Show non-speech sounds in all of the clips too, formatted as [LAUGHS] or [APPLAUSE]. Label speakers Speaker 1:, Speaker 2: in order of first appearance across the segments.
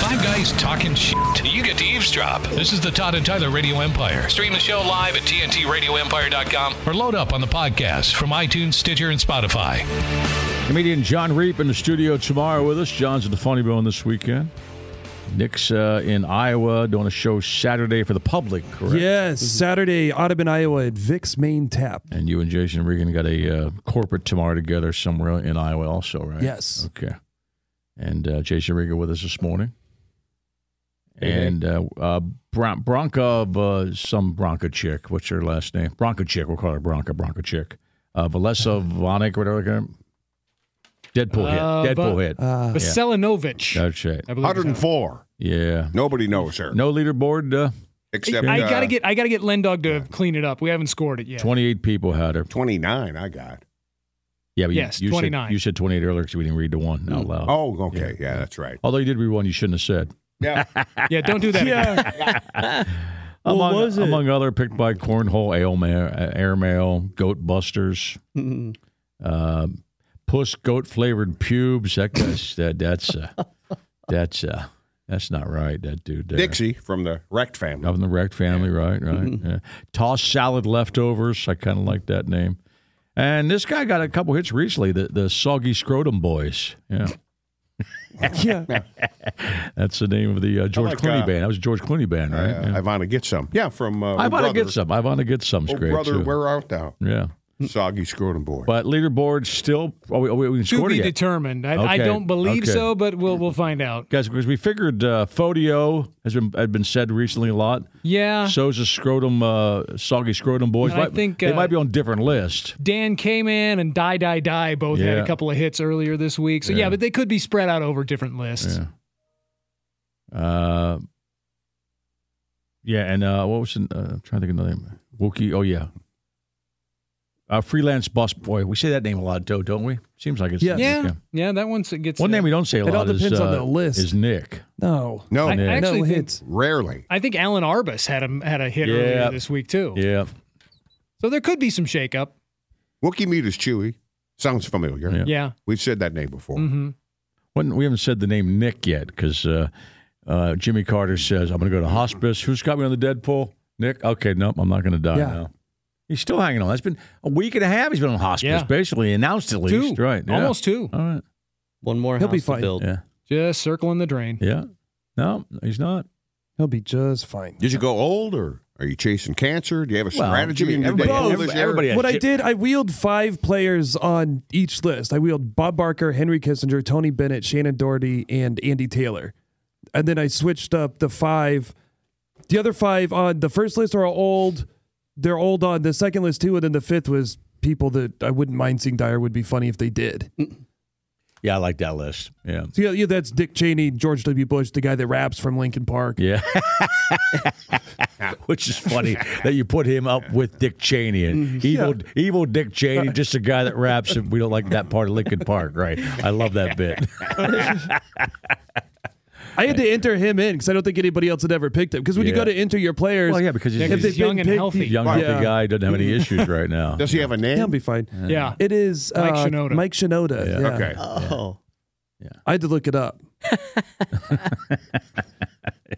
Speaker 1: Five guys talking shit. You get to eavesdrop. This is the Todd and Tyler Radio Empire. Stream the show live at TNTRadioEmpire.com or load up on the podcast from iTunes, Stitcher, and Spotify.
Speaker 2: Comedian John Reap in the studio tomorrow with us. John's at the Funny Bone this weekend. Nick's uh, in Iowa doing a show Saturday for the public, correct?
Speaker 3: Yes, Saturday, Audubon, Iowa at Vic's Main Tap.
Speaker 2: And you and Jason Regan got a uh, corporate tomorrow together somewhere in Iowa, also, right?
Speaker 3: Yes.
Speaker 2: Okay. And uh, Jason Regan with us this morning. And uh, uh, Bron- Bronca, uh, some Bronca chick. What's her last name? Bronca chick. We'll call her Bronca. Bronca chick. Uh, Valesa Vonick, whatever. her name- Deadpool
Speaker 4: Uh,
Speaker 2: hit. Deadpool
Speaker 4: Va-
Speaker 2: hit.
Speaker 4: Vasilinovich.
Speaker 2: That's right.
Speaker 4: I believe it's-
Speaker 5: 104.
Speaker 2: Yeah.
Speaker 5: Nobody knows her.
Speaker 2: No leaderboard. Uh,
Speaker 5: Except
Speaker 4: I
Speaker 5: uh,
Speaker 4: gotta get I gotta get Lendog to clean it up. We haven't scored it yet.
Speaker 2: 28 people had her.
Speaker 5: 29 I got.
Speaker 2: Yeah, but you-
Speaker 4: Yes, Mm.
Speaker 2: you, said-
Speaker 4: 29.
Speaker 2: you said 28 earlier because we didn't read the one out loud.
Speaker 5: Oh, okay. Yeah,
Speaker 2: [LAUGHS]
Speaker 5: that's right.
Speaker 2: Although you did read one you shouldn't have said.
Speaker 5: Yeah.
Speaker 4: Yeah, don't
Speaker 2: [LAUGHS]
Speaker 4: do that. again.
Speaker 2: What among, was it? Among other picked by Cornhole Airmail, Airmail Goat [LAUGHS] Busters, uh, Puss Goat Flavored Pubes. That guy's, that, that's, [LAUGHS] uh, that's, uh, that's not right, that dude there.
Speaker 5: Dixie from the wrecked family.
Speaker 2: Of the wrecked family, right, right. Yeah. Toss salad leftovers. I kind of like that name. And this guy got a couple hits recently. The the soggy scrotum boys. [LAUGHS] Yeah,
Speaker 3: Yeah.
Speaker 2: that's the name of the uh, George
Speaker 5: like,
Speaker 2: Clooney
Speaker 5: uh,
Speaker 2: band. That was George Clooney band, right?
Speaker 5: Uh,
Speaker 2: Yeah.
Speaker 5: I want to get some. Yeah, from. Uh,
Speaker 2: I
Speaker 5: Oh
Speaker 2: want to
Speaker 5: Brother.
Speaker 2: get some. I want to get some.
Speaker 5: Oh,
Speaker 2: great
Speaker 5: brother,
Speaker 2: too.
Speaker 5: where art thou?
Speaker 2: yeah.
Speaker 5: Soggy scrotum boy.
Speaker 2: But leaderboard still. Oh, we, oh, we haven't
Speaker 4: To
Speaker 2: scored
Speaker 4: be
Speaker 2: yet,
Speaker 4: determined. I, I
Speaker 2: Okay,
Speaker 4: don't believe
Speaker 2: okay.
Speaker 4: so, but we'll we'll find out.
Speaker 2: guys, because we figured uh, Fodio has been had been said recently a lot.
Speaker 4: Yeah.
Speaker 2: So's a scrotum, uh, soggy scrotum boys.
Speaker 4: And Uh. I
Speaker 2: Might-
Speaker 4: think,
Speaker 2: they
Speaker 4: uh,
Speaker 2: might be on different lists.
Speaker 4: Dan Kaman and Die Die Die both had
Speaker 2: Yeah.
Speaker 4: a couple of hits earlier this week. So yeah.
Speaker 2: Yeah.
Speaker 4: but they could be spread out over different lists.
Speaker 2: Yeah. Uh, yeah, and uh, what was the, uh, I'm trying to think of another name? Wookie. Oh yeah. Uh, freelance bus boy. We say that name a lot, though, don't we? Seems like it's
Speaker 3: Yeah.
Speaker 4: Yeah,
Speaker 2: Okay.
Speaker 4: yeah, that one's it gets
Speaker 2: One
Speaker 4: uh,
Speaker 2: name we don't say a
Speaker 3: It all
Speaker 2: lot is,
Speaker 3: depends on
Speaker 2: uh,
Speaker 3: the list.
Speaker 2: is Nick.
Speaker 3: No.
Speaker 5: no,
Speaker 4: Oh, I, I
Speaker 2: Yeah.
Speaker 4: actually
Speaker 3: no
Speaker 4: think,
Speaker 3: hits.
Speaker 5: rarely.
Speaker 4: I think Alan Arbus had a had a hit
Speaker 2: Yeah.
Speaker 4: earlier this week too.
Speaker 2: Yeah.
Speaker 4: So there could be some shakeup.
Speaker 5: Wookie meat is chewy. Sounds familiar.
Speaker 2: Yeah. Mm.
Speaker 4: Yeah.
Speaker 5: We've said that name before.
Speaker 4: hmm
Speaker 2: When, we haven't said the name Nick yet because uh, uh, Jimmy Carter says, I'm going to go to hospice. Who's got me on the Deadpool? Nick? Okay, nope, I'm not going to die
Speaker 3: Yeah.
Speaker 2: now. He's still hanging on. That's been a week and a half he's been on hospice,
Speaker 4: Yeah.
Speaker 2: basically, announced at least.
Speaker 4: two.
Speaker 2: Right. yeah.
Speaker 4: Almost two.
Speaker 2: All right.
Speaker 6: One more
Speaker 3: He'll
Speaker 6: He'll
Speaker 3: be
Speaker 6: house to
Speaker 3: fine.
Speaker 6: build.
Speaker 2: Yeah.
Speaker 4: Just circling the drain.
Speaker 2: Yeah. No, he's not.
Speaker 3: He'll be just fine.
Speaker 5: Did you go old or are you chasing cancer? Do you have a strategy?
Speaker 2: Jimmy,
Speaker 5: in your
Speaker 2: everybody-
Speaker 5: day?
Speaker 2: everybody-
Speaker 5: This year?
Speaker 2: everybody has
Speaker 3: What I
Speaker 2: Jim-
Speaker 3: did, I wheeled five players on each list. I wheeled Bob Barker, Henry Kissinger, Tony Bennett, Shannon Doherty, and Andy Taylor. And then I switched up the five. The other five on the first list are all old. They're old on the second list too, and then the fifth was people that I wouldn't mind seeing die or would be funny if they did.
Speaker 2: Yeah, I like that list. Yeah.
Speaker 3: So yeah, yeah, that's Dick Cheney, George W. Bush, the guy that raps from Lincoln Park.
Speaker 2: Yeah. Which is funny that you put him up with Dick Cheney and evil, evil Dick Cheney, just a guy that raps. And we don't like that part of Lincoln Park, right? I love that bit.
Speaker 3: I had to enter him in because I don't think anybody else had ever picked him. Because when you
Speaker 2: Yeah.
Speaker 3: go to enter your players,
Speaker 2: Well, yeah, because he's,
Speaker 4: Yeah, 'cause
Speaker 3: If they've
Speaker 4: he's young
Speaker 3: been
Speaker 4: and
Speaker 3: picked,
Speaker 4: healthy.
Speaker 2: young,
Speaker 3: Right.
Speaker 2: healthy
Speaker 3: Yeah.
Speaker 2: guy doesn't have any issues right now.
Speaker 5: Does he have a
Speaker 3: he'll
Speaker 5: name?
Speaker 3: be fine.
Speaker 4: Yeah.
Speaker 3: It is
Speaker 4: Mike
Speaker 3: uh,
Speaker 4: Shinoda.
Speaker 3: Mike Shinoda. Yeah.
Speaker 5: Okay.
Speaker 6: Oh.
Speaker 3: I had to look it
Speaker 2: [LAUGHS]
Speaker 3: up.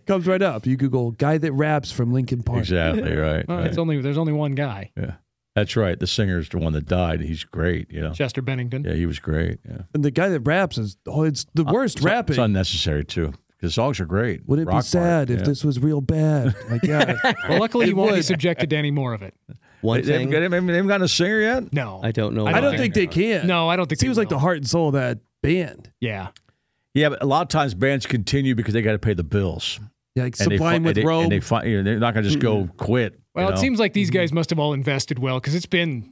Speaker 3: Comes right up. You Google guy that raps from Lincoln Park.
Speaker 2: Exactly right.
Speaker 4: Well,
Speaker 2: right.
Speaker 4: It's only there's only one guy,
Speaker 2: yeah, that's right. The singer's the one that died. He's great. You know.
Speaker 4: Chester Bennington.
Speaker 2: Yeah, he was great. Yeah.
Speaker 3: And the guy that raps is oh, it's the worst
Speaker 2: It's-
Speaker 3: rapping.
Speaker 2: It's unnecessary too. Because songs are great.
Speaker 3: Would it
Speaker 2: Rock
Speaker 3: be
Speaker 2: part,
Speaker 3: sad if
Speaker 2: yeah.
Speaker 3: this was real bad? Like, yeah.
Speaker 2: [LAUGHS]
Speaker 4: Well, luckily you
Speaker 3: It
Speaker 4: won't be
Speaker 3: would.
Speaker 4: subjected to any more of it.
Speaker 6: One
Speaker 2: They
Speaker 6: thing
Speaker 2: haven't, they haven't- they haven't gotten a singer yet.
Speaker 4: No,
Speaker 6: I don't know.
Speaker 4: I
Speaker 3: I don't
Speaker 6: why.
Speaker 3: think they can.
Speaker 4: No, I don't think.
Speaker 3: Seems
Speaker 4: they
Speaker 3: like the
Speaker 4: will.
Speaker 3: heart and soul of that band.
Speaker 4: Yeah,
Speaker 2: Yeah, but a lot of times bands continue because they got to pay the bills.
Speaker 3: Yeah, like
Speaker 2: And they
Speaker 3: Sublime
Speaker 2: fi-
Speaker 3: with
Speaker 2: and they,
Speaker 3: Robe.
Speaker 2: And they fi- you know, they're not going to just go quit.
Speaker 4: Well,
Speaker 2: you
Speaker 4: it
Speaker 2: know?
Speaker 4: seems like these guys must have all invested well because it's been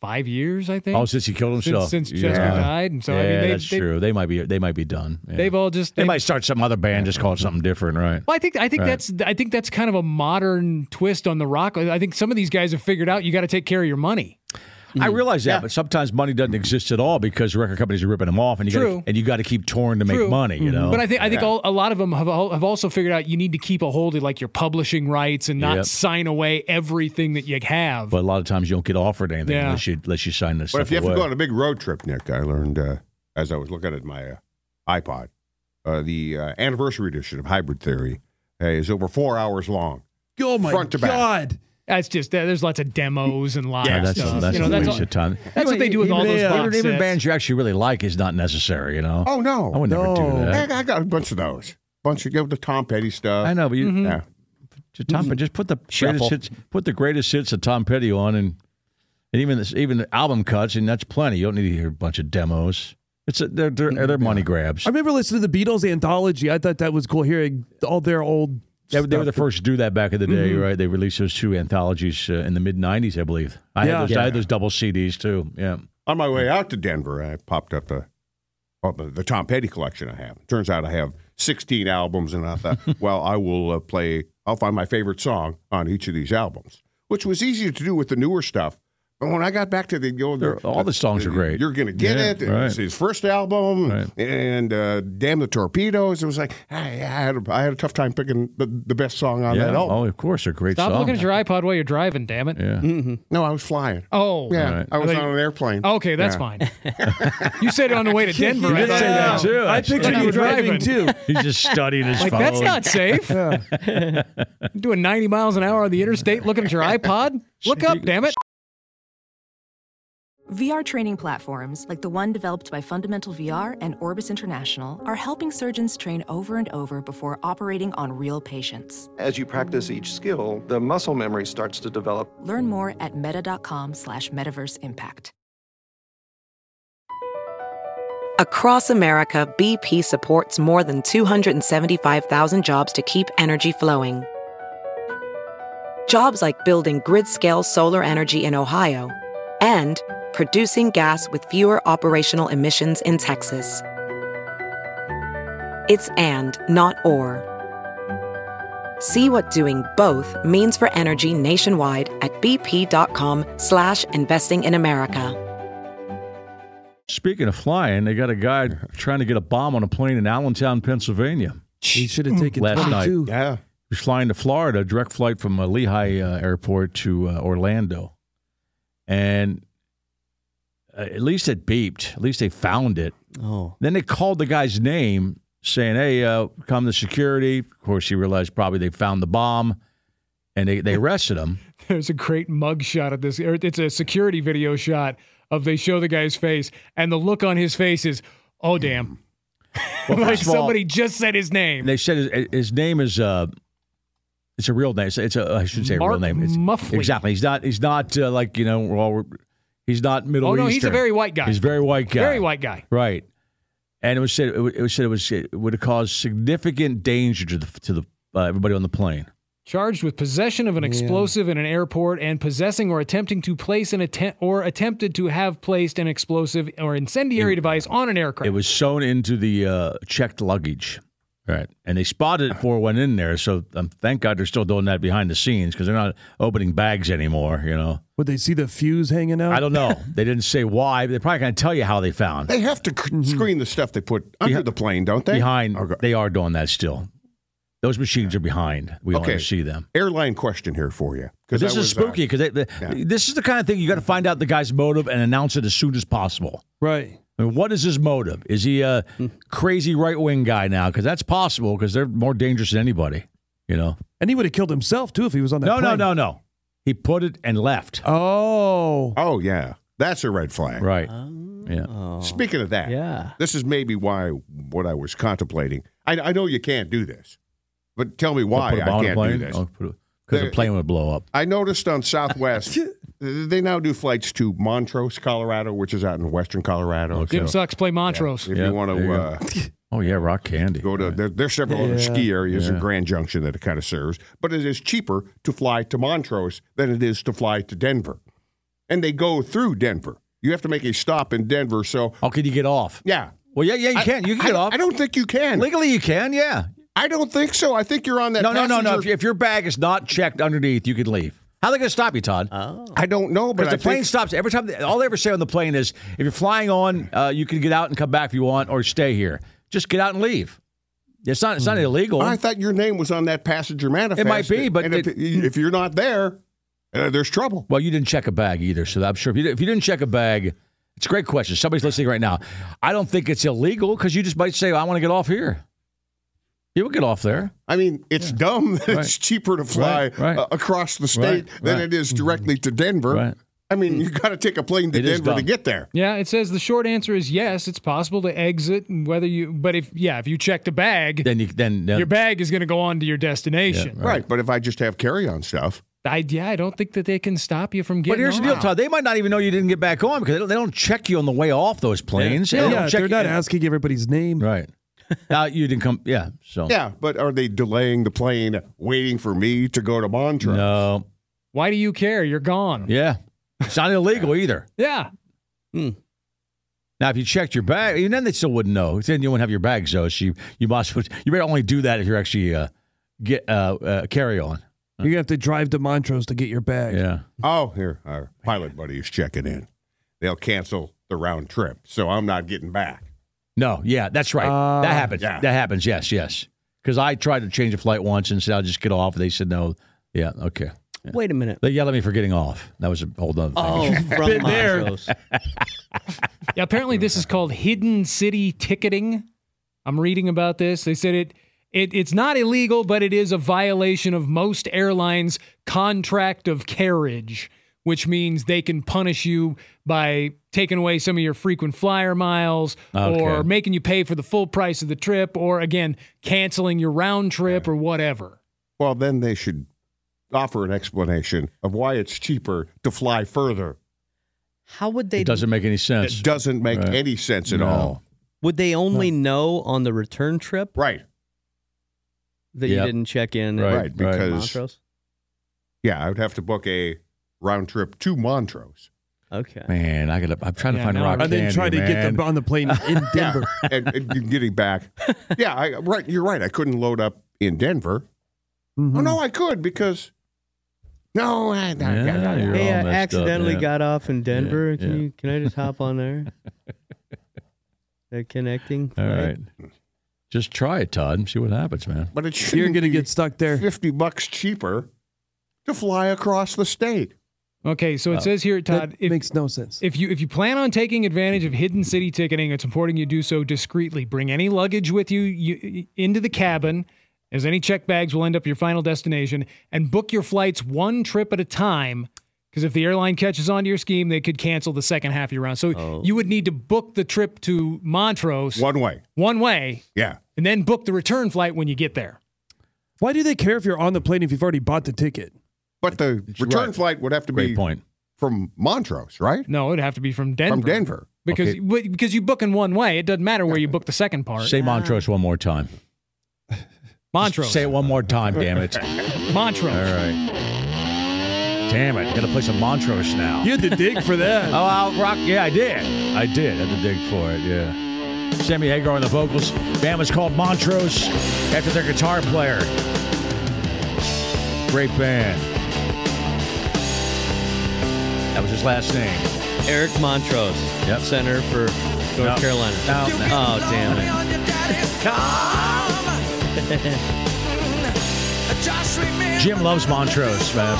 Speaker 4: five years, I think,
Speaker 2: Oh, since he killed
Speaker 4: since,
Speaker 2: himself.
Speaker 4: since
Speaker 2: Yeah.
Speaker 4: Chester died, and so
Speaker 2: yeah,
Speaker 4: I mean, they,
Speaker 2: that's
Speaker 4: they,
Speaker 2: true. They might be. They might be done. Yeah.
Speaker 4: they've all just
Speaker 2: They
Speaker 4: they-
Speaker 2: might start some other band, just call it something different, right?
Speaker 4: Well, I think I think
Speaker 2: Right.
Speaker 4: that's I think that's kind of a modern twist on the rock. I think some of these guys have figured out you got to take care of your money.
Speaker 2: I realize that, but sometimes money doesn't exist at all because record companies are ripping them off, and you
Speaker 4: True.
Speaker 2: gotta, and you got to keep touring to make
Speaker 4: True. Mm-hmm.
Speaker 2: money, you know.
Speaker 4: But I think I think all, a lot of them have al- have also figured out you need to keep a hold of like your publishing rights and not
Speaker 2: Yep.
Speaker 4: sign away everything that you have.
Speaker 2: but a lot of times you don't get offered anything
Speaker 4: Yeah.
Speaker 2: unless you unless you sign this.
Speaker 5: But if you have
Speaker 2: away.
Speaker 5: to go on a big road trip, Nick, I learned uh, as I was looking at my uh, iPod, uh, the uh, anniversary edition of Hybrid Theory uh, is over four hours long.
Speaker 3: oh my
Speaker 5: front to back.
Speaker 3: god!
Speaker 4: that's just there's lots of demos and live
Speaker 2: Yeah, that's,
Speaker 4: stuff.
Speaker 2: that's
Speaker 4: you know,
Speaker 2: a
Speaker 4: that's,
Speaker 2: waste
Speaker 4: all-
Speaker 2: of time.
Speaker 4: that's what they do with all those
Speaker 2: even,
Speaker 4: box
Speaker 2: even
Speaker 4: sets.
Speaker 2: bands you actually really like is not necessary, you know.
Speaker 5: Oh no!
Speaker 2: I would never
Speaker 3: no.
Speaker 2: do that.
Speaker 5: I, I got a bunch of those. Bunch of you know, the Tom Petty stuff.
Speaker 2: I know, but you,
Speaker 4: mm-hmm.
Speaker 5: Yeah.
Speaker 2: to Tom Petty, just put the
Speaker 6: Shuffle.
Speaker 2: greatest hits, put the greatest hits of Tom Petty on, and and even this, even the album cuts, and that's plenty. You don't need to hear a bunch of demos. It's a, they're, they're, they're
Speaker 4: Mm-hmm.
Speaker 2: money grabs.
Speaker 3: I remember listening to the Beatles anthology. I thought that was cool hearing all their old.
Speaker 2: They, they were the
Speaker 3: stuff. [LAUGHS]
Speaker 2: first to do that back in the
Speaker 4: Mm-hmm.
Speaker 2: day, right? They released those two anthologies uh, in the mid '90s, I believe. I
Speaker 3: Yeah.
Speaker 2: had those, I had those double CDs too. Yeah,
Speaker 5: On my way out to Denver, I popped up the well, the, the Tom Petty collection I have. Turns out I have 16 albums, and
Speaker 2: [LAUGHS]
Speaker 5: I thought, well, I will uh, play. I'll find my favorite song on each of these albums, which was easier to do with the newer stuff. But when I got back to the, you know,
Speaker 2: They're- all the songs are great.
Speaker 5: You're gonna get
Speaker 2: Yeah,
Speaker 5: it.
Speaker 2: right.
Speaker 5: It's his first album,
Speaker 2: Right.
Speaker 5: and uh, damn the torpedoes. It was like I, I had a, I had a tough time picking the, the best song on
Speaker 2: yeah.
Speaker 5: that album.
Speaker 2: Oh, of course, they're great
Speaker 4: Stop
Speaker 2: songs.
Speaker 4: looking at your iPod while you're driving, damn it.
Speaker 2: yeah.
Speaker 5: No, I was flying.
Speaker 4: Oh,
Speaker 5: yeah,
Speaker 2: right.
Speaker 5: I was
Speaker 4: I thought
Speaker 5: on
Speaker 4: you-
Speaker 5: an airplane.
Speaker 4: Okay, that's
Speaker 5: Yeah.
Speaker 4: fine. [LAUGHS] you said it on the way to Denver. I
Speaker 2: did
Speaker 4: thought-
Speaker 2: say that too.
Speaker 3: I
Speaker 2: That's
Speaker 3: pictured
Speaker 4: right.
Speaker 3: you driving
Speaker 4: Driving.
Speaker 3: too.
Speaker 2: He's
Speaker 4: [LAUGHS]
Speaker 2: just studying his
Speaker 4: Like
Speaker 2: phone.
Speaker 4: that's not safe.
Speaker 3: Yeah.
Speaker 4: [LAUGHS] Doing 90 miles an hour on the interstate, looking at your iPod. Look up, damn it.
Speaker 7: VR training platforms, like the one developed by Fundamental VR and Orbis International, are helping surgeons train over and over before operating on real patients.
Speaker 8: As you practice each skill, the muscle memory starts to develop.
Speaker 7: Learn more at meta.com slash metaverse impact.
Speaker 9: Across America, BP supports more than 275,000 jobs to keep energy flowing. Jobs like building grid scale solar energy in Ohio and producing gas with fewer operational emissions in Texas. It's and, not or. See what doing both means for energy nationwide at bp.com slash investing in America.
Speaker 2: Speaking of flying, they got a guy trying to get a bomb on a plane in Allentown, Pennsylvania.
Speaker 3: He should have taken
Speaker 2: Last night.
Speaker 3: 22.
Speaker 5: Yeah.
Speaker 2: He's flying to Florida, direct flight from uh, Lehigh uh, Airport to uh, Orlando, and uh, at least it beeped. At least they found it.
Speaker 6: Oh,
Speaker 2: Then they called the guy's name, saying, "Hey, uh, come to security." Of course, he realized probably they found the bomb, and they, they arrested
Speaker 4: [LAUGHS]
Speaker 2: him.
Speaker 4: There's a great mug shot of this. or It's a security video shot of they show the guy's face, and the look on his face is, oh, damn.
Speaker 2: Well,
Speaker 4: like
Speaker 2: first of all,
Speaker 4: [LAUGHS] somebody just said his name.
Speaker 2: They said his, his name is. Uh, it's a real name. It's a, it's a I shouldn't say a real
Speaker 4: Mark
Speaker 2: name. It's,
Speaker 4: Muffley.
Speaker 2: Exactly. He's not. He's not uh, like you know. We're all, we're- he's not Middle
Speaker 4: oh, no, he's a
Speaker 2: Eastern.
Speaker 4: very white guy.
Speaker 2: He's a very white guy.
Speaker 4: Very white guy.
Speaker 2: Right. And it was said it was, it was said it was it would have caused significant danger to the to the uh, everybody on the plane.
Speaker 4: Charged with possession of an explosive in an airport and possessing or attempting to place an attempt or attempted to have placed an explosive or incendiary device on an aircraft.
Speaker 2: It was sewn into the uh, checked luggage. Right. And they spotted it before it went in there. So um, thank God they're still doing that behind the scenes because they're not opening bags anymore. You know,
Speaker 3: Would they see the fuse hanging out?
Speaker 2: I don't know. they didn't say why. But they're probably going to tell you how they found
Speaker 5: They have to c- screen the stuff they put under the plane, don't they?
Speaker 2: Mm-hmm. behind.
Speaker 5: Okay.
Speaker 2: They are doing that still. Those machines are behind. We don't
Speaker 5: Okay.
Speaker 2: ever see them.
Speaker 5: Airline question here for you.
Speaker 2: But
Speaker 5: I
Speaker 2: this is
Speaker 5: was, uh,
Speaker 2: spooky because this is the kind of thing you got to find out the guy's motive and announce it as soon as possible.
Speaker 3: Right.
Speaker 2: I mean, what is his motive? Is he a
Speaker 5: Hmm.
Speaker 2: crazy right wing guy now? Because that's possible. Because they're more dangerous than anybody. You know?
Speaker 3: And he would have killed himself too if he was on that
Speaker 2: No,
Speaker 3: plane.
Speaker 2: no, no, no. He put it and left.
Speaker 3: Oh.
Speaker 5: oh, yeah. That's a red flag.
Speaker 2: Right. Yeah.
Speaker 5: Speaking of that,
Speaker 6: yeah.
Speaker 5: this is maybe why what I was contemplating. I, I know you can't do this, but tell me why
Speaker 2: Put a
Speaker 5: I
Speaker 2: bomb in a
Speaker 5: can't
Speaker 2: plane?
Speaker 5: do this.
Speaker 2: Because the plane would blow up. [LAUGHS]
Speaker 5: I noticed on Southwest They now do flights to Montrose, Colorado, which is out in western Colorado.
Speaker 4: Dim
Speaker 5: So
Speaker 4: sucks play Montrose.
Speaker 5: if
Speaker 2: Yeah,
Speaker 5: you want
Speaker 2: there you go.
Speaker 5: to uh,
Speaker 2: Oh yeah, rock candy.
Speaker 5: go to, there, there's several other ski areas in Grand Junction that it kind of serves, but it is cheaper to fly to Montrose than it is to fly to Denver. And they go through Denver. You have to make a stop in Denver. So,
Speaker 2: How can you get off?
Speaker 5: yeah.
Speaker 2: Well, yeah, yeah, you
Speaker 5: I-
Speaker 2: can. You can get
Speaker 5: I,
Speaker 2: off.
Speaker 5: I don't think you can.
Speaker 2: legally. You can. Yeah.
Speaker 5: I don't think so. I think you're on that.
Speaker 2: No, no, no, no. If,
Speaker 5: passenger-
Speaker 2: if your bag is not checked underneath, you can leave. How are they going to stop you, Todd?
Speaker 5: I don't know, but
Speaker 2: Because
Speaker 5: I
Speaker 2: the plane
Speaker 5: think-
Speaker 2: stops every time. All they ever say on the plane is, if you're flying on, uh, you can get out and come back if you want, or stay here. Just get out and leave. It's not. It's not illegal.
Speaker 5: I thought your name was on that passenger manifest.
Speaker 2: might be, but
Speaker 5: And if,
Speaker 2: it-
Speaker 5: if you're not there, uh, there's trouble.
Speaker 2: well, you didn't check a bag either, so I'm sure if you, if you didn't check a bag, it's a great question. Somebody's listening right now. I don't think it's illegal because you just might say, "I want to get off here." You will get off there.
Speaker 5: I mean, it's dumb that
Speaker 2: Right.
Speaker 5: it's cheaper to fly
Speaker 2: Right, right.
Speaker 5: uh, across the state
Speaker 2: Right,
Speaker 5: than
Speaker 2: right. Mm-hmm.
Speaker 5: it is directly to Denver.
Speaker 2: Right. Mm.
Speaker 5: I mean, you got to take a plane to
Speaker 2: It is
Speaker 5: Denver to
Speaker 2: dumb.
Speaker 5: get there.
Speaker 4: Yeah, it says the short answer is yes. It's possible to exit, and whether you, but if yeah, if you check the bag,
Speaker 2: Then you then, then
Speaker 4: your bag is going to go on to your destination.
Speaker 5: Right. But if I just have carry on stuff,
Speaker 4: I, yeah, I don't think that they can stop you from getting.
Speaker 2: But here's the
Speaker 4: on.
Speaker 2: deal, Todd. They might not even know you didn't get back on because they don't, they don't check you on the way off those planes.
Speaker 3: Yeah,
Speaker 2: They don't check
Speaker 3: they're not
Speaker 2: you-
Speaker 3: asking everybody's name.
Speaker 2: Right. Now you didn't come. Yeah. So
Speaker 5: yeah, but are they delaying the plane waiting for me to go to Montrose?
Speaker 2: no.
Speaker 4: Why do you care? You're gone.
Speaker 2: Yeah. It's not illegal either.
Speaker 4: Yeah.
Speaker 2: Now, if you checked your bag, even then they still wouldn't know. Then you wouldn't have your bags though. So you you must you better only do that if you're actually uh, get uh, uh, carry on.
Speaker 3: You're gonna have to drive to Montrose to get your bag.
Speaker 2: Yeah.
Speaker 5: Oh, here, our pilot buddy is checking in. They'll cancel the round trip, so I'm not getting back.
Speaker 2: No. Yeah. That's right.
Speaker 3: Uh,
Speaker 2: that happens.
Speaker 5: yeah.
Speaker 2: That happens. Yes. Yes. Because I tried to change a flight once and said I'll just get off. They said no. Yeah. Okay.
Speaker 6: Wait a minute.
Speaker 2: They yelled at me for getting off. That was a whole other thing. [LAUGHS]
Speaker 6: Oh, from
Speaker 3: Been there.
Speaker 6: Montrose.
Speaker 4: Yeah, apparently this is called hidden city ticketing. I'm reading about this. They said it, it it's not illegal, but it is a violation of most airlines' contract of carriage, which means they can punish you by taking away some of your frequent flyer miles or
Speaker 2: Okay.
Speaker 4: making you pay for the full price of the trip or again canceling your round trip or whatever.
Speaker 5: Well, then they should offer an explanation of why it's cheaper to fly further.
Speaker 6: How would they?
Speaker 2: It doesn't make any sense.
Speaker 5: It doesn't make
Speaker 2: Right.
Speaker 5: any sense at
Speaker 2: No.
Speaker 5: all.
Speaker 6: Would they only know on the return trip
Speaker 5: Right.
Speaker 6: that
Speaker 2: Yep.
Speaker 6: you didn't check in? at
Speaker 2: Right,
Speaker 5: Right, because
Speaker 6: Montrose.
Speaker 5: yeah, I would have to book a round trip to Montrose.
Speaker 6: Okay.
Speaker 2: Man, I gotta. I'm trying
Speaker 4: Yeah,
Speaker 2: to find
Speaker 4: no,
Speaker 2: rock
Speaker 3: And
Speaker 2: candy.
Speaker 3: then try to
Speaker 2: man.
Speaker 3: get them on the plane
Speaker 2: [LAUGHS]
Speaker 3: in Denver.
Speaker 5: Yeah, and, and you're getting back. Yeah, I, right. You're right. I couldn't load up in Denver.
Speaker 3: Mhm.
Speaker 5: Oh
Speaker 6: Hmm.
Speaker 5: no, I could because no, I,
Speaker 2: Yeah,
Speaker 5: I, I-
Speaker 2: you're
Speaker 6: Hey,
Speaker 2: all
Speaker 6: I
Speaker 2: messed up,
Speaker 6: accidentally
Speaker 2: yeah.
Speaker 6: got off in Denver.
Speaker 2: Yeah,
Speaker 6: can
Speaker 2: yeah.
Speaker 6: you? Can I just hop
Speaker 2: [LAUGHS]
Speaker 6: on there? They're connecting.
Speaker 2: All
Speaker 6: flight.
Speaker 2: right. Just try it, Todd, and see what happens, man.
Speaker 5: but it should
Speaker 3: You're gonna get stuck there.
Speaker 5: fifty bucks cheaper to fly across the state.
Speaker 4: Okay, so it says here, Todd,
Speaker 3: That
Speaker 4: if,
Speaker 3: makes no sense.
Speaker 4: If you if you plan on taking advantage of hidden city ticketing, it's important you do so discreetly. Bring any luggage with you, you into the cabin, as any check bags will end up at your final destination, and book your flights one trip at a time. Because if the airline catches on to your scheme, they could cancel the second half of your round. So
Speaker 2: Oh.
Speaker 4: you would need to book the trip to Montrose
Speaker 5: One way.
Speaker 4: one way,
Speaker 5: Yeah.
Speaker 4: and then book the return flight when you get there.
Speaker 3: Why do they care if you're on the plane if you've already bought the ticket?
Speaker 5: But the return
Speaker 2: right.
Speaker 5: flight would have to
Speaker 2: Great
Speaker 5: be
Speaker 2: point.
Speaker 5: from Montrose, right?
Speaker 4: No, it'd have to be from Denver.
Speaker 5: From Denver.
Speaker 4: Because
Speaker 2: Okay.
Speaker 4: w- because you book in one way, it doesn't matter where you book the second part.
Speaker 2: Say Montrose one more time.
Speaker 4: Montrose.
Speaker 2: Say it one more time, damn it. All
Speaker 4: Montrose.
Speaker 2: right. Damn it. Gotta play some Montrose now.
Speaker 3: You had to dig for
Speaker 2: oh,
Speaker 3: that.
Speaker 2: I'll rock. Yeah, I did. I did. Had to dig for it, yeah. Sammy Hagar on the vocals. Band was called Montrose after their guitar player. Great band. That was his last name.
Speaker 6: Eric Montrose,
Speaker 2: Yep.
Speaker 6: center for North
Speaker 2: No.
Speaker 6: Carolina.
Speaker 2: No, no.
Speaker 6: Oh, damn it.
Speaker 2: Jim loves Montrose, man.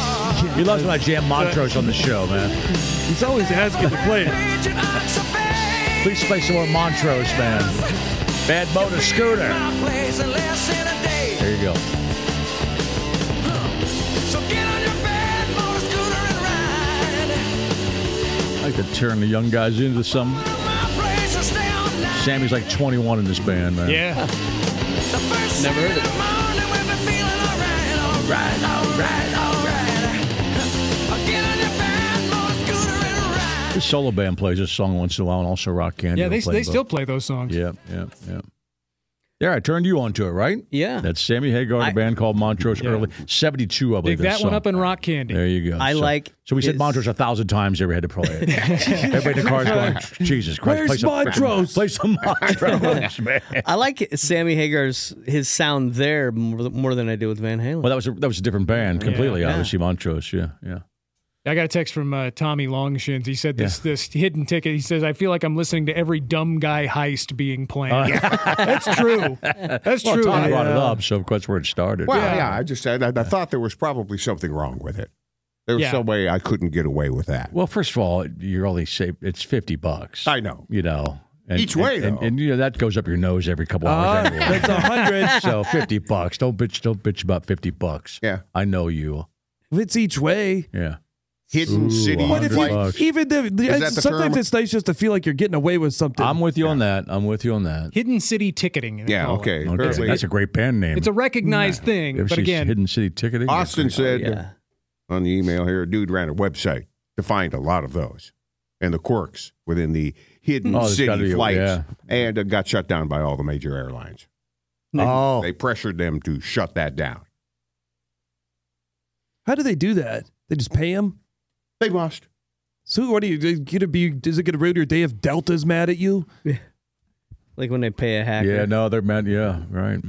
Speaker 2: He loves when I jam Montrose on the show, man.
Speaker 3: He's always asking to play it.
Speaker 2: Please play some more Montrose, man. Bad motor scooter. There you go. I like to turn the young guys into some. Sammy's like 21 in this band, man.
Speaker 4: Yeah.
Speaker 6: Never heard of it.
Speaker 2: Right, all right, all right. The solo band plays this song once in a while, and also Rock Candy.
Speaker 4: yeah,
Speaker 2: will
Speaker 4: they,
Speaker 2: play
Speaker 4: they
Speaker 2: both.
Speaker 4: still play those songs.
Speaker 2: Yeah, yeah, yeah. There, I turned you onto it, right?
Speaker 6: Yeah.
Speaker 2: That's Sammy Hagar, a
Speaker 6: I-
Speaker 2: band called Montrose early '72, I believe.
Speaker 4: Dig that
Speaker 2: that's
Speaker 4: one
Speaker 2: song.
Speaker 4: up in rock candy.
Speaker 2: There you go.
Speaker 6: I
Speaker 2: so,
Speaker 6: like
Speaker 2: So we said
Speaker 6: his-
Speaker 2: Montrose a thousand times. Everybody had to play it.
Speaker 6: [LAUGHS]
Speaker 2: Everybody in the car is going, Jesus Christ.
Speaker 3: Where's
Speaker 2: play some,
Speaker 3: Montrose?
Speaker 2: [LAUGHS] Play
Speaker 6: [LAUGHS]
Speaker 2: some Montrose, man.
Speaker 6: I like Sammy Hagar's his sound there more, th- more than I do with Van Halen.
Speaker 2: Well, that was a, that was a different band completely.
Speaker 6: Yeah.
Speaker 2: Obviously, Montrose. Yeah, yeah.
Speaker 4: I got a text from uh, Tommy Longshins. He said this this hidden ticket. He says, "I feel like I'm listening to every dumb guy heist being planned." [LAUGHS] That's true. That's
Speaker 2: Uh, Well,
Speaker 4: true.
Speaker 2: Todd brought it
Speaker 3: Yeah.
Speaker 2: up, so of course where it started.
Speaker 5: Well, yeah, I just said I, I thought there was probably something wrong with it. There was
Speaker 4: Yeah.
Speaker 5: some way I couldn't get away with that.
Speaker 2: Well, first of all, you're only safe. It's fifty bucks.
Speaker 5: I know.
Speaker 2: You know.
Speaker 5: Each way,
Speaker 2: and, and,
Speaker 5: though.
Speaker 2: and, you know that goes up your nose every couple
Speaker 3: Ah,
Speaker 2: hours. anyway.
Speaker 3: that's a hundred.
Speaker 2: [LAUGHS] so fifty bucks. Don't bitch. Don't bitch about fifty bucks.
Speaker 5: Yeah.
Speaker 2: I know you.
Speaker 3: If it's each way.
Speaker 2: Yeah.
Speaker 5: Hidden
Speaker 2: Ooh,
Speaker 5: city.
Speaker 3: What if
Speaker 2: Hundred
Speaker 3: you,
Speaker 2: bucks.
Speaker 3: even the,
Speaker 5: that the
Speaker 3: sometimes
Speaker 5: term?
Speaker 3: it's nice just to feel like you're getting away with something.
Speaker 2: I'm with you on that. I'm with you on that.
Speaker 4: Hidden city ticketing. they
Speaker 5: Yeah,
Speaker 4: call it.
Speaker 5: okay.
Speaker 2: Okay.
Speaker 5: Apparently-
Speaker 2: That's a great band name.
Speaker 4: It's a recognized
Speaker 2: You
Speaker 4: thing,
Speaker 2: ever
Speaker 4: but
Speaker 2: see
Speaker 4: again,
Speaker 2: Hidden City Ticketing.
Speaker 5: Austin said
Speaker 2: Oh,
Speaker 6: yeah.
Speaker 5: on the email here, a dude ran a website to find a lot of those and the quirks within the hidden
Speaker 2: Oh, there's gotta
Speaker 5: city
Speaker 2: be a-
Speaker 5: flights,
Speaker 2: yeah.
Speaker 5: and it got shut down by all the major airlines.
Speaker 2: Oh.
Speaker 5: They pressured them to shut that down.
Speaker 3: How do they do that? They just pay him.
Speaker 5: They must.
Speaker 3: So what are you is it gonna be? Is it gonna ruin your day if Delta's mad at you?
Speaker 6: Like when they pay a hacker.
Speaker 2: Yeah. No, they're meant. Yeah. Right.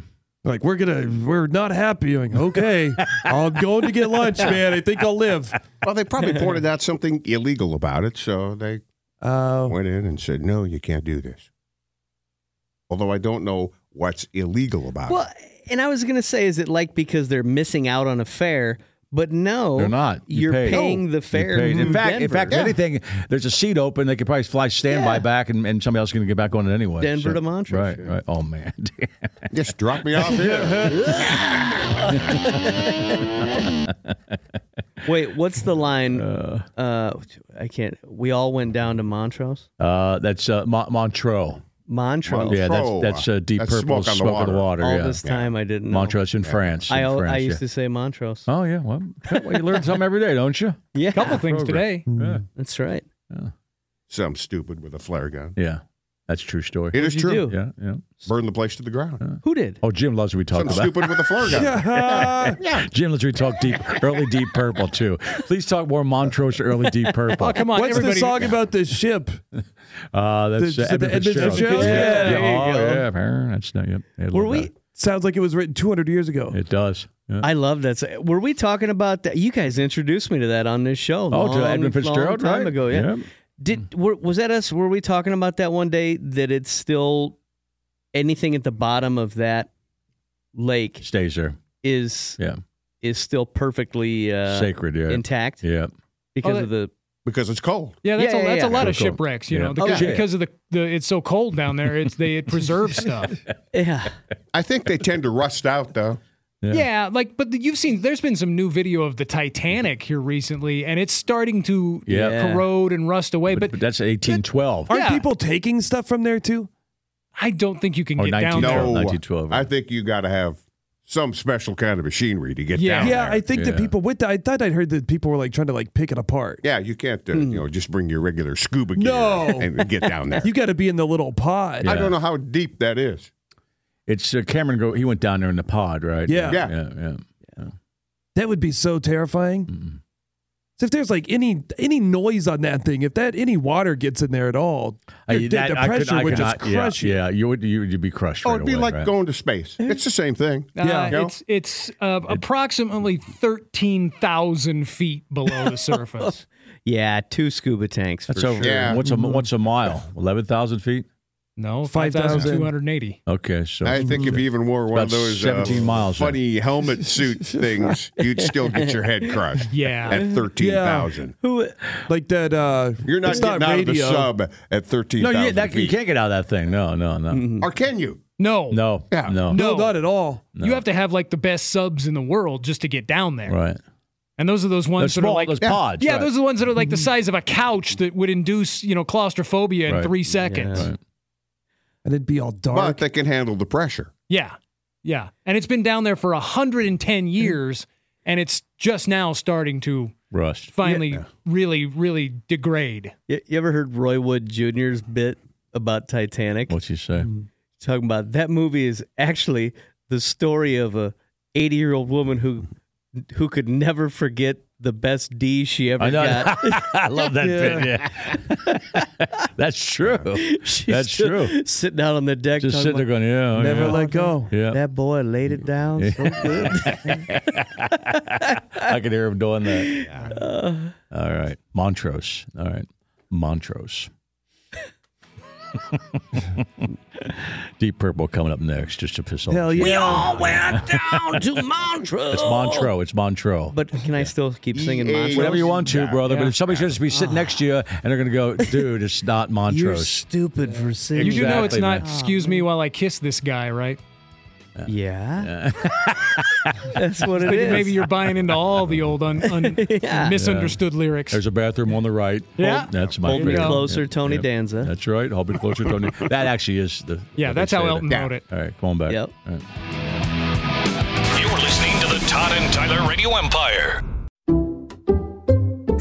Speaker 3: Like we're gonna we're not happy. Like, [LAUGHS] okay, I'm going to get lunch, man. I think I'll live. Uh,
Speaker 5: Well,
Speaker 2: [LAUGHS]
Speaker 5: they probably pointed out something illegal about it, so they
Speaker 2: Oh.
Speaker 3: Uh,
Speaker 5: went in and said, "No, you can't do this." Although I don't know what's illegal about
Speaker 6: Well, and I was gonna say, is it like because they're missing out on a fare? But no,
Speaker 2: They're not. You
Speaker 6: You are
Speaker 2: paid.
Speaker 6: paying the
Speaker 2: You
Speaker 6: fare.
Speaker 2: paid.
Speaker 6: to
Speaker 2: In fact, in
Speaker 6: Denver.
Speaker 2: fact, if anything, there's a seat open. They could probably fly standby
Speaker 6: Yeah.
Speaker 2: back, and, and somebody else is going to get back on it anyway.
Speaker 6: Denver to Montrose,
Speaker 2: Right.
Speaker 6: sure.
Speaker 2: Right. Oh man. [LAUGHS]
Speaker 5: it. Just drop me off here.
Speaker 6: Wait, what's the line? Uh, I can't. We all went down to Montrose.
Speaker 2: uh, that's uh, Mon- Montreux.
Speaker 6: Montrose.
Speaker 2: Yeah. That's
Speaker 5: Montreux.
Speaker 2: that's uh, deep
Speaker 5: That's
Speaker 2: purple.
Speaker 5: Smoke on the
Speaker 2: Smoke on the water.
Speaker 5: Water.
Speaker 6: All
Speaker 2: yeah.
Speaker 6: this time I didn't know.
Speaker 2: Montreux in France.
Speaker 6: I,
Speaker 2: in
Speaker 6: al- I
Speaker 2: France,
Speaker 6: used
Speaker 2: yeah.
Speaker 6: to say Montrose.
Speaker 2: Oh yeah, well, [LAUGHS] well, you learn something every day, don't you?
Speaker 6: yeah,
Speaker 4: couple [LAUGHS] things today. Mm.
Speaker 6: that's right.
Speaker 5: Some stupid with a flare gun.
Speaker 2: Yeah, that's a true story.
Speaker 5: It is
Speaker 6: What'd you
Speaker 5: true.
Speaker 6: do?
Speaker 2: Yeah, yeah.
Speaker 5: Burn the place to the ground.
Speaker 6: Who did?
Speaker 2: Oh, Jim loves we talk
Speaker 5: Some
Speaker 2: about.
Speaker 5: stupid with
Speaker 2: [LAUGHS]
Speaker 5: a flare gun.
Speaker 2: Jim loves we talk deep, early deep purple too. Please talk more Montrose or early
Speaker 4: [LAUGHS]
Speaker 2: deep purple.
Speaker 4: Oh, come on,
Speaker 3: what's the
Speaker 4: everybody.
Speaker 3: song about the ship?
Speaker 2: Uh, that's
Speaker 3: The-
Speaker 2: uh, Edmund
Speaker 3: the Edmund
Speaker 2: Fitzgerald.
Speaker 3: Fitzgerald?
Speaker 2: Yeah,
Speaker 3: Yeah,
Speaker 2: yeah,
Speaker 6: there you
Speaker 2: oh,
Speaker 6: go.
Speaker 2: yeah, man, That's not yep. I love
Speaker 6: Were we?
Speaker 2: that.
Speaker 3: Sounds like it was written 200 years ago.
Speaker 2: It does. Yeah.
Speaker 6: [LAUGHS] I love that. So, Were we talking about that? You guys introduced me to that on this show.
Speaker 2: Oh, to
Speaker 6: long,
Speaker 2: Edmund Fitzgerald,
Speaker 6: long time
Speaker 2: right?
Speaker 6: ago. Oh, Yeah.
Speaker 2: Yeah.
Speaker 6: Did were, was that us? Were we talking about that one day? That it's still anything at the bottom of that lake
Speaker 2: Stays there.
Speaker 6: is
Speaker 2: Yeah.
Speaker 6: is still perfectly uh,
Speaker 2: Sacred. Yeah.
Speaker 6: intact
Speaker 2: yeah.
Speaker 6: because
Speaker 4: Oh,
Speaker 6: of the
Speaker 5: Because it's cold.
Speaker 4: Yeah, that's
Speaker 6: Yeah,
Speaker 4: a,
Speaker 6: yeah,
Speaker 4: that's a
Speaker 6: yeah.
Speaker 4: lot of
Speaker 2: Cool, cool.
Speaker 4: shipwrecks. You
Speaker 2: Yeah.
Speaker 4: know, the,
Speaker 6: Oh, yeah.
Speaker 4: because of the, the it's so cold down there. It's they
Speaker 2: [LAUGHS]
Speaker 4: it preserves stuff.
Speaker 6: yeah.
Speaker 5: I think they tend to rust
Speaker 2: [LAUGHS]
Speaker 5: out though.
Speaker 2: Yeah.
Speaker 4: Yeah. like but you've seen there's been some new video of the Titanic here recently, and it's starting to
Speaker 2: Yeah.
Speaker 4: corrode and rust away.
Speaker 2: But,
Speaker 4: But,
Speaker 2: but that's 1812.
Speaker 3: Aren't
Speaker 4: Yeah.
Speaker 3: people taking stuff from there too?
Speaker 4: I don't think you can
Speaker 2: Or
Speaker 4: get
Speaker 2: 19
Speaker 4: down there.
Speaker 5: No,
Speaker 2: 1912.
Speaker 5: I think you got to have some special kind of machinery to get
Speaker 4: Yeah.
Speaker 5: down
Speaker 3: yeah,
Speaker 5: there.
Speaker 3: I think
Speaker 2: Yeah.
Speaker 3: that people with that. I thought I'd heard that people were like trying to like pick it apart.
Speaker 5: yeah, you can't uh,
Speaker 2: Hmm.
Speaker 5: you know just bring your regular scuba gear
Speaker 3: No.
Speaker 5: and get
Speaker 2: [LAUGHS]
Speaker 5: down there.
Speaker 3: You got to be in the little pod.
Speaker 5: I don't know how deep that is.
Speaker 2: It's uh, Cameron. Go. He went down there in the pod, right?
Speaker 3: Yeah.
Speaker 2: Yeah. Yeah. yeah.
Speaker 3: That would be so terrifying. So if there's like any any noise on that thing, if that any water gets in there at all,
Speaker 2: I-
Speaker 3: your- the,
Speaker 2: that-
Speaker 3: the
Speaker 2: I could-
Speaker 3: pressure
Speaker 2: I
Speaker 3: would
Speaker 2: could
Speaker 3: just
Speaker 2: not- yeah,
Speaker 3: crush you.
Speaker 2: Yeah, you would. You would you'd be crushed.
Speaker 5: Oh,
Speaker 2: right
Speaker 5: it'd be
Speaker 2: away,
Speaker 5: like
Speaker 2: right?
Speaker 5: going to space. It's the same thing.
Speaker 4: Uh,
Speaker 3: Yeah.
Speaker 4: it's it's uh, approximately thirteen thousand feet below
Speaker 2: [LAUGHS]
Speaker 4: the surface.
Speaker 6: Yeah, two scuba tanks.
Speaker 2: That's
Speaker 6: for
Speaker 2: over.
Speaker 6: Sure.
Speaker 5: Yeah.
Speaker 2: What's a what's a mile? Eleven thousand feet.
Speaker 4: No,
Speaker 3: 5,000.
Speaker 4: five thousand two hundred eighty.
Speaker 2: Okay, so
Speaker 5: I think if you even wore one
Speaker 2: about
Speaker 5: of those uh,
Speaker 2: 17 miles, yeah.
Speaker 5: funny
Speaker 2: [LAUGHS]
Speaker 5: helmet suit things, you'd still get your head crushed.
Speaker 4: Yeah.
Speaker 5: At 13,000.
Speaker 6: Who?
Speaker 3: Like that. Uh,
Speaker 5: You're not
Speaker 3: it's
Speaker 5: getting
Speaker 3: not
Speaker 5: out
Speaker 3: radio.
Speaker 5: of the sub at 13,000.
Speaker 2: no, you, that, you
Speaker 5: feet.
Speaker 2: can't get out of that thing. No, no, no,
Speaker 5: Or can you?
Speaker 4: No,
Speaker 2: no,
Speaker 5: Yeah.
Speaker 2: no,
Speaker 3: No, not at all.
Speaker 4: You have to have like the best subs in the world just to get down there.
Speaker 2: Right.
Speaker 4: And those are those
Speaker 2: Those
Speaker 4: ones that
Speaker 2: small,
Speaker 4: are like
Speaker 2: those pods.
Speaker 4: Yeah,
Speaker 2: right.
Speaker 4: those are the ones that are like the size of a couch that would induce, you know, claustrophobia in
Speaker 2: Right.
Speaker 4: three seconds.
Speaker 2: Right.
Speaker 3: And it'd be all
Speaker 5: But
Speaker 3: dark.
Speaker 5: they can handle the pressure.
Speaker 4: Yeah. Yeah. And it's been down there for 110 years and it's just now starting to
Speaker 2: Rust.
Speaker 4: finally really, really degrade.
Speaker 6: You, you ever heard Roy Wood Jr.'s bit about Titanic?
Speaker 2: What's he say?
Speaker 6: Talking about that movie is actually the story of a 80 year old woman who who could never forget the best D she ever
Speaker 2: I know. [LAUGHS]
Speaker 6: got.
Speaker 2: I love that bit. Yeah, [LAUGHS] that's true.
Speaker 6: She's
Speaker 2: That's
Speaker 6: still
Speaker 2: true.
Speaker 6: Sitting out on the deck,
Speaker 2: Just
Speaker 6: talking
Speaker 2: sitting there
Speaker 6: about,
Speaker 2: going, yeah,
Speaker 3: Never
Speaker 2: yeah.
Speaker 3: let go.
Speaker 2: yeah.
Speaker 6: That boy laid it down so
Speaker 2: [LAUGHS]
Speaker 6: good.
Speaker 2: I could hear him doing that. Uh. All right. Montrose. All right. Montrose. [LAUGHS] Deep Purple coming up next just to piss off.
Speaker 3: Hell yeah.
Speaker 6: went down to Montreux.
Speaker 2: It's Montreux. It's Montreux.
Speaker 6: But can I still keep singing Montreux?
Speaker 2: Whatever you want to,
Speaker 5: Yeah.
Speaker 2: brother. But if somebody's going to be sitting next to you and they're going to go, dude, it's not
Speaker 6: You're
Speaker 2: Montrose.
Speaker 6: stupid for singing.
Speaker 4: You do know it's
Speaker 2: Exactly,
Speaker 4: not.
Speaker 2: man.
Speaker 4: Uh, Excuse me while I kiss this guy, right?
Speaker 6: Yeah. That's what it
Speaker 4: Thinking
Speaker 6: is.
Speaker 4: maybe you're buying into all the old un, un,
Speaker 6: Yeah.
Speaker 4: misunderstood lyrics.
Speaker 2: There's a bathroom on the right.
Speaker 4: Yeah.
Speaker 2: That's my
Speaker 6: Hold
Speaker 2: favorite.
Speaker 6: me
Speaker 4: Yeah.
Speaker 6: closer,
Speaker 2: Yep,
Speaker 6: Tony
Speaker 2: yep.
Speaker 6: Danza.
Speaker 2: That's right. Hold me closer,
Speaker 4: [LAUGHS]
Speaker 2: Tony. That actually is the.
Speaker 4: yeah,
Speaker 2: what they
Speaker 4: that's how
Speaker 2: say
Speaker 4: Elton
Speaker 2: that-
Speaker 4: wrote it.
Speaker 2: All right, come on back.
Speaker 6: Yep.
Speaker 2: All right.
Speaker 1: You're listening to the Todd and Tyler Radio Empire.